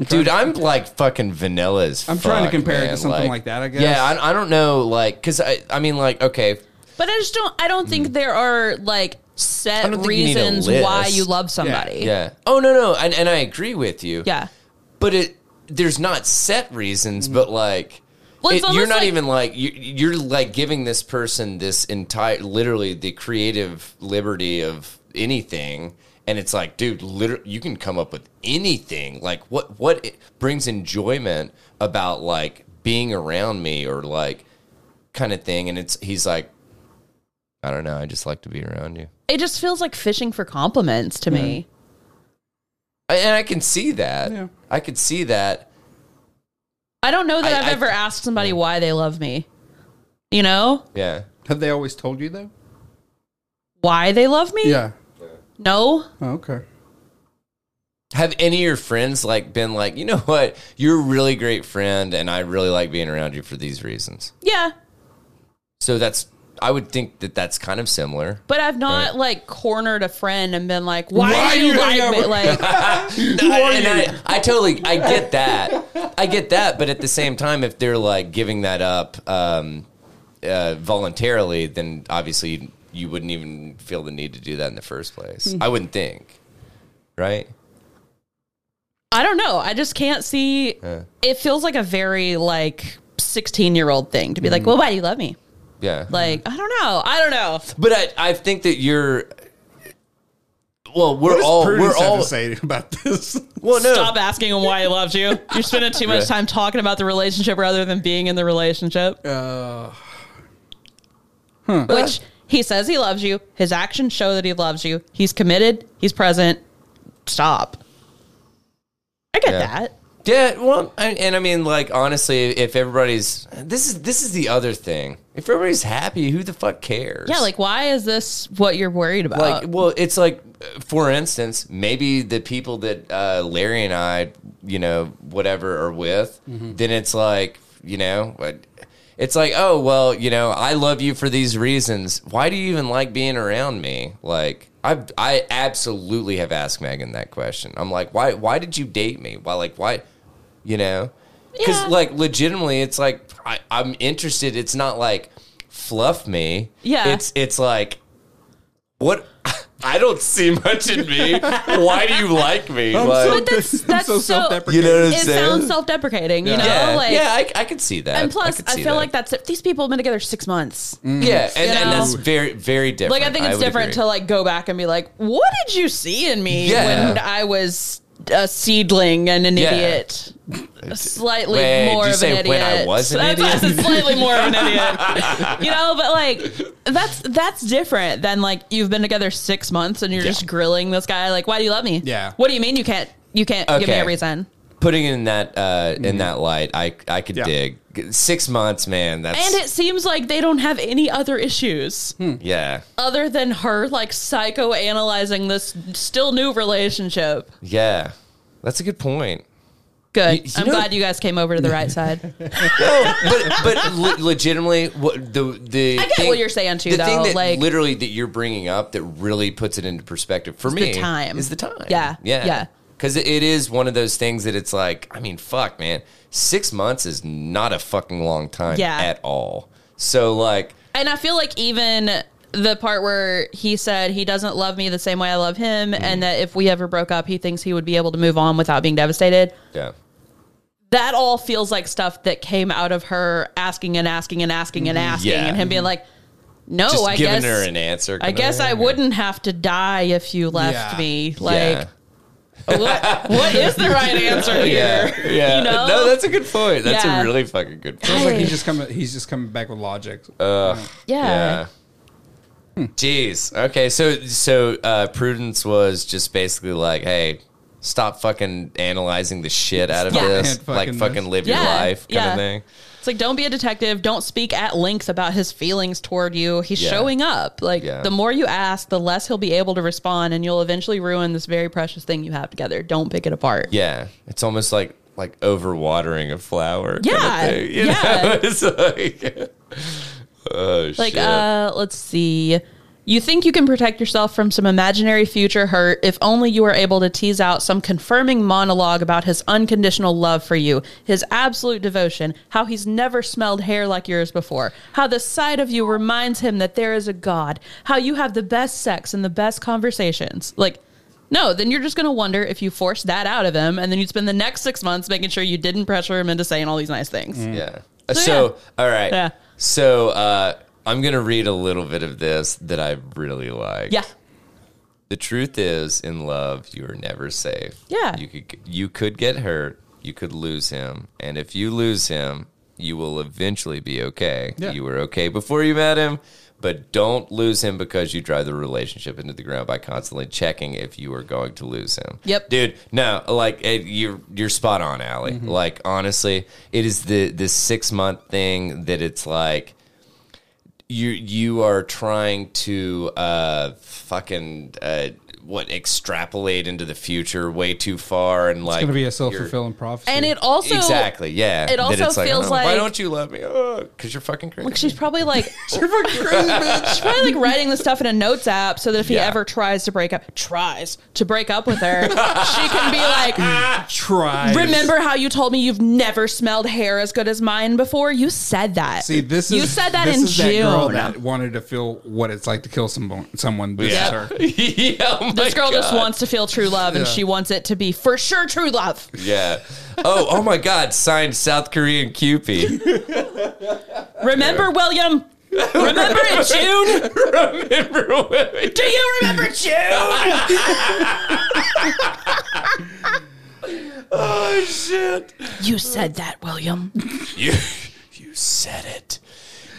C: trying
A: Dude, I'm like fucking vanilla as
C: I'm trying to
A: fuck,
C: compare it to
A: man.
C: something like that, I guess.
A: Yeah, I, I don't know, like, because I, I mean, like, okay,
B: But I just don't. I don't think there are like
A: Hmm. I
B: set
A: don't think you need a
B: reasons why
A: list.
B: you love somebody.
A: yeah. Oh, no, no. And, and I agree with you.
B: Yeah.
A: But it, there's not set reasons, but like,
B: Well, it's
A: it- you're
B: almost
A: not
B: like-
A: even like, you, you're like giving this person this entire, literally the creative liberty of anything. And it's like, dude, literally, you can come up with anything. Like, what, what it brings enjoyment about like being around me or like kind of thing. And it's, he's like, I don't know. I just like to be around you.
B: It just feels like fishing for compliments to me.
A: Hmm. I- and I can see that.
C: Yeah.
A: I could see that.
B: I don't know that
A: I-
B: I, have
A: I-
B: ever asked somebody why they love me. You know
A: Yeah.
C: Have they always told you though?
B: why they love me? No.
C: Oh, okay.
A: Have any of your friends like been like, you know what, you're a really great friend, and I really like being around you for these reasons.
B: Yeah.
A: So that's I would think that that's kind of
C: [clears throat]
A: similar.
B: But I've not
A: Right.
B: like cornered a friend and been like, "Why,
C: Why
B: do you
C: you
B: like
C: hang
B: me?"
A: [laughs]
C: out
A: and
B: Like,
A: I, I totally I get that. I get that, but at the same time, if they're like giving that up um, uh, voluntarily, then obviously you wouldn't even feel the need to do that in the first place.
C: Hmm.
A: I wouldn't think, right?
B: I don't know. I just can't see. It feels like a very like sixteen year old thing to be like, "Well, why do you love me?"
A: Mm. Yeah.
B: Like, I don't know. I don't know.
A: but I, I think that you're. Well,
C: What
A: we're
C: does
A: all
C: Prudence
A: we're
C: have
A: all
C: to say [laughs] about this?
A: well Oh, no
B: Stop asking him why he
A: [laughs]
B: loves you. You're spending too much
A: Right.
B: time talking about the relationship rather than being in the relationship.
C: Uh,
B: Which he says he loves you. His actions show that he loves you. He's committed. He's present. Stop. I get
A: Yeah.
B: that.
A: Yeah, well, I, and I mean, like, honestly, if everybody's this is this is the other thing. If everybody's happy, who the fuck cares?
B: Yeah, like why is this what you're worried about?
A: like, well, it's like, uh, for instance, maybe the people that uh, Larry and I, you know, whatever, are with,
B: Mm-hmm.
A: then it's like, you know, what- it's like, oh, well, you know, I love you for these reasons. Why do you even like being around me? Like, I I absolutely have asked Megan that question. I'm like, why why did you date me? Why like why, you know? Because
B: Yeah.
A: like legitimately, it's like I, I'm interested. It's not like fluff me.
B: Yeah.
A: It's it's like what [laughs] I don't see much in me. Why do you like me?
B: But
A: Like,
B: that's- that's so-
A: you know what I'm
B: it
A: saying?
B: sounds self-deprecating, you know?
A: yeah,
B: Like
A: yeah, I, I could see that.
B: and plus
A: could
B: I,
A: see
B: feel
A: that.
B: like that's these people have been together 6 months.
A: yeah, and, and
B: know?
A: that's very very different.
B: Like I think it's
A: would
B: different
A: agree.
B: to like go back and be like, "What did you see in me
A: Yeah.
B: when I was a seedling and an
A: Yeah. [laughs]
B: idiot?" Slightly
A: Wait, did
B: more
A: you
B: of an
A: say
B: idiot.
A: when I was an
B: That's why I
A: idiot?
B: said [laughs] slightly
A: [laughs]
B: more of an idiot. you know, but like that's that's different than like you've been together six months and you're
A: Yeah.
B: just grilling this guy like, "Why do you love me?"
C: Yeah.
B: What do you mean you can't you can't give me
A: Okay.
B: a reason?
A: putting it in that uh, in that light. I I could
C: Yeah.
A: dig six months, man. That's
B: And it seems like they don't have any other issues.
A: Hmm. yeah,
B: other than her like psychoanalyzing this still new relationship.
A: yeah. That's a good point.
B: Good.
A: You- you
B: I'm
A: know-
B: glad you guys came over to the
A: [laughs]
B: right side.
A: No, but but le- legitimately, what the the
B: I get what you're saying, too,
A: The
B: though,
A: thing that
B: like-
A: literally that you're bringing up that really puts it into perspective for
B: the
A: me
B: time.
A: is the time.
B: Yeah,
A: yeah,
B: yeah.
A: Because it is one of those things that it's like, I mean, fuck, man, six months is not a fucking long time
B: Yeah.
A: at all. So like,
B: And I feel like even the part where he said he doesn't love me the same way I love him,
A: Hmm.
B: and that if we ever broke up, he thinks he would be able to move on without being devastated.
A: yeah,
B: That all feels like stuff that came out of her asking and asking and asking and asking,
A: Mm-hmm. Yeah.
B: and him being like, "No,
A: just
B: Oh, I
A: giving
B: guess
A: her an answer.
B: I guess I wouldn't have to die if you left
C: Yeah.
B: me." Like,
A: Yeah.
B: what what is the right answer here?
A: [laughs] Yeah, yeah.
B: [laughs] You know?
A: No, that's a good point. That's
B: Yeah.
A: a really fucking good point.
C: Sounds like he's just coming. He's just coming back with logic.
B: Uh,
A: Yeah.
B: Hmm.
A: Jeez. Okay. So so uh, Prudence was just basically like, hey, stop fucking analyzing the shit out of
B: Stop
A: this.
C: hand
A: like
C: fucking
A: fucking
C: this.
A: live your
B: Yeah,
A: life kind
B: yeah.
A: of thing.
B: It's like don't be a detective. Don't speak at length about his feelings toward you. He's
A: Yeah.
B: showing up. Like
A: Yeah.
B: the more you ask, the less he'll be able to respond, and you'll eventually ruin this very precious thing you have together. Don't pick it apart.
A: Yeah. It's almost like like overwatering a flower. kind of
B: Yeah,
A: thing, you know? [laughs]
B: yeah.
A: It's like Oh
B: Like,
A: shit.
B: uh, let's see. You think you can protect yourself from some imaginary future hurt if only you were able to tease out some confirming monologue about his unconditional love for you, his absolute devotion, how he's never smelled hair like yours before, how the sight of you reminds him that there is a God, how you have the best sex and the best conversations. Like, no, then you're just going to wonder if you forced that out of him, and then you'd spend the next six months making sure you didn't pressure him into saying all these nice things.
A: Yeah. So, all right.
B: Yeah.
A: So uh, I'm gonna read a little bit of this that I really like.
B: Yeah.
A: the truth is in love you are never safe
B: Yeah.
A: you could you could get hurt you could lose him and if you lose him you will eventually be okay
C: Yeah.
A: you were okay before you met him but don't lose him because you drive the relationship into the ground by constantly checking if you are going to lose him
B: Yep.
A: dude no like eh, you're you're spot on Allie. like honestly it is the this six month thing that it's like you you are trying to uh, fucking uh, what extrapolate into the future way too far and like
C: going to be a
A: you're-
C: self fulfilling prophecy.
B: And it also
A: exactly yeah.
B: it
A: That
B: also
A: it's
B: feels
A: oh,
B: like-
A: why don't you love me? Oh, because you're fucking crazy.
B: Like she's probably
C: [laughs]
B: like She's probably like writing this stuff in a notes app so that if he
A: Yeah.
B: ever tries to break up, tries to break up with her, she
C: [laughs]
B: can be like,
C: tries.
B: "Remember how you told me you've never smelled hair as good as mine before? You said that.
C: See, this is
B: you said that
C: this
B: in
C: is that girl
B: June.
C: that wanted to feel what it's like to kill someone. Someone. This
A: [laughs]
C: is
A: yeah.
C: her.
A: [laughs] yeah oh my
B: this girl just
A: God.
B: wants to feel true love, and
C: Yeah.
B: she wants it to be for sure true love.
A: Yeah. Oh, oh my God! Signed South Korean
B: [laughs]
A: Cupid.
B: Remember,
C: [laughs]
B: William? Remember in June?
A: Remember when?
B: Do you remember [laughs] June?
A: [laughs] Oh shit!
B: You said that, William.
A: You [laughs] you said it.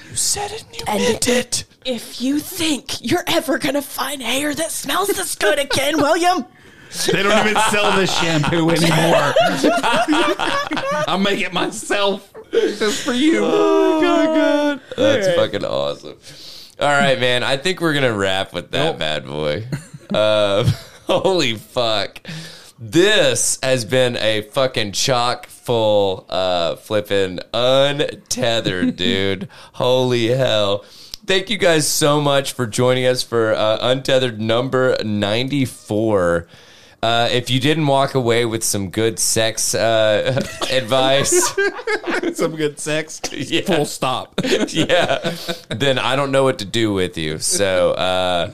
A: You said it. And you
B: And
A: meant it.
B: If you think you're ever gonna find hair that smells this good again, William,
C: They don't even sell this [laughs] shampoo anymore. I'll make it myself. Oh Just for you.
A: That's fucking awesome. All right, man. I think we're gonna wrap with that bad boy. Uh, [laughs] holy fuck! This has been a fucking chock full, uh, flipping untethered, dude. holy hell! Thank you guys so much for joining us for uh, untethered number ninety four. Uh, if you didn't walk away with some good sex uh, [laughs] advice.
C: Some good sex.
A: Yeah.
C: Full stop.
A: [laughs] yeah, then I don't know what to do with you. So, uh,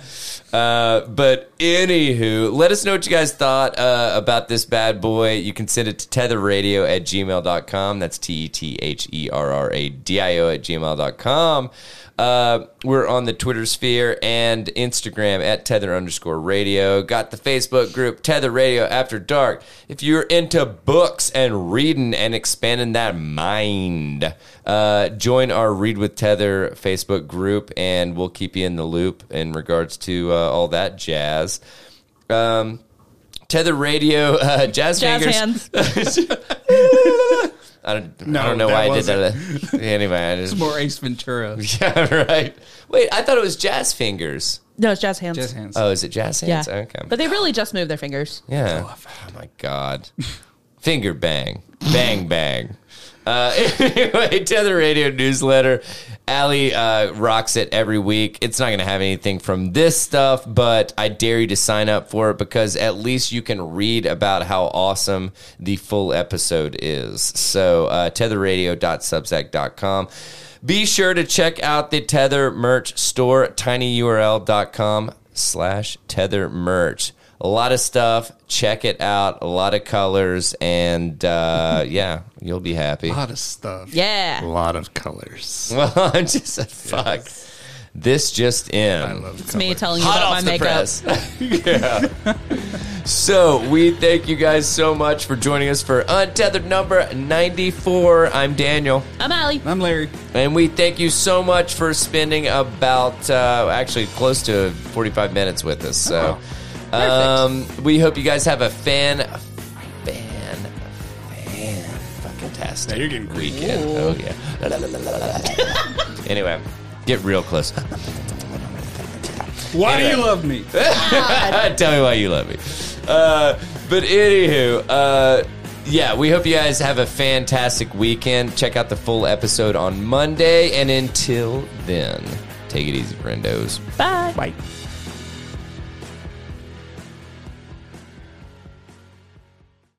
A: uh, but anywho, let us know what you guys thought uh, about this bad boy. You can send it to tetherradio at gmail.com. That's T E T H E R R A D I O at gmail.com. Uh, we're on the Twitter sphere and Instagram at tether underscore radio. Got the Facebook group Tether Radio After Dark. If you're into books and reading and expanding that mind, uh, join our Read with Tether Facebook group and we'll keep you in the loop in regards to uh, all that jazz. Um, tether Radio, uh, Jazz,
B: [laughs] jazz
A: Fingers.
B: hands.
A: I don't,
C: No,
A: I don't know
C: that
A: why I did that. [laughs] anyway, I just.
C: [laughs] More Ace Ventura.
A: Yeah, right. Wait, I thought it was Jazz Fingers.
B: No, it's jazz hands.
C: [laughs] Jazz hands.
A: Oh, is it jazz
B: Yeah.
A: hands? Okay.
B: But they really just move their fingers.
A: yeah. Oh my god. [laughs] Finger bang, bang bang. Uh, [laughs] anyway, Tether Radio newsletter. Allie uh, rocks it every week. It's not going to have anything from this stuff, but I dare you to sign up for it because at least you can read about how awesome the full episode is. So, uh, tetherradio.substack.com. Be sure to check out the Tether merch store, tinyurl.com slash tether merch. A lot of stuff. Check it out. A lot of colors. And
C: [laughs]
A: uh, yeah, you'll be happy.
C: A lot of stuff.
B: Yeah.
C: A lot of colors.
A: Well, [laughs] I'm just a fuck. This just in.
C: I love
B: It's me telling you
A: Hot
B: about
A: off
B: my
A: the
B: makeup.
A: press.
B: [laughs]
A: yeah. so we thank you guys so much for joining us for Untethered Number 94. I'm Daniel.
B: I'm Allie.
C: I'm Larry.
A: And we thank you so much for spending about uh, actually close to 45 minutes with us. So
C: Oh,
A: um, we hope you guys have a fan, fan, fan, fucking tastic.
C: you're getting creepy.
A: weekend. Oh, yeah. La, la, la, la, la, la, la. [laughs] anyway, get real close.
C: Why
A: Anyway.
C: do you love me?
A: [laughs] Tell me why you love me. Uh, but anywho, uh, yeah, we hope you guys have a fantastic weekend. Check out the full episode on Monday, and until then, take it easy, friendos.
B: Bye.
C: Bye.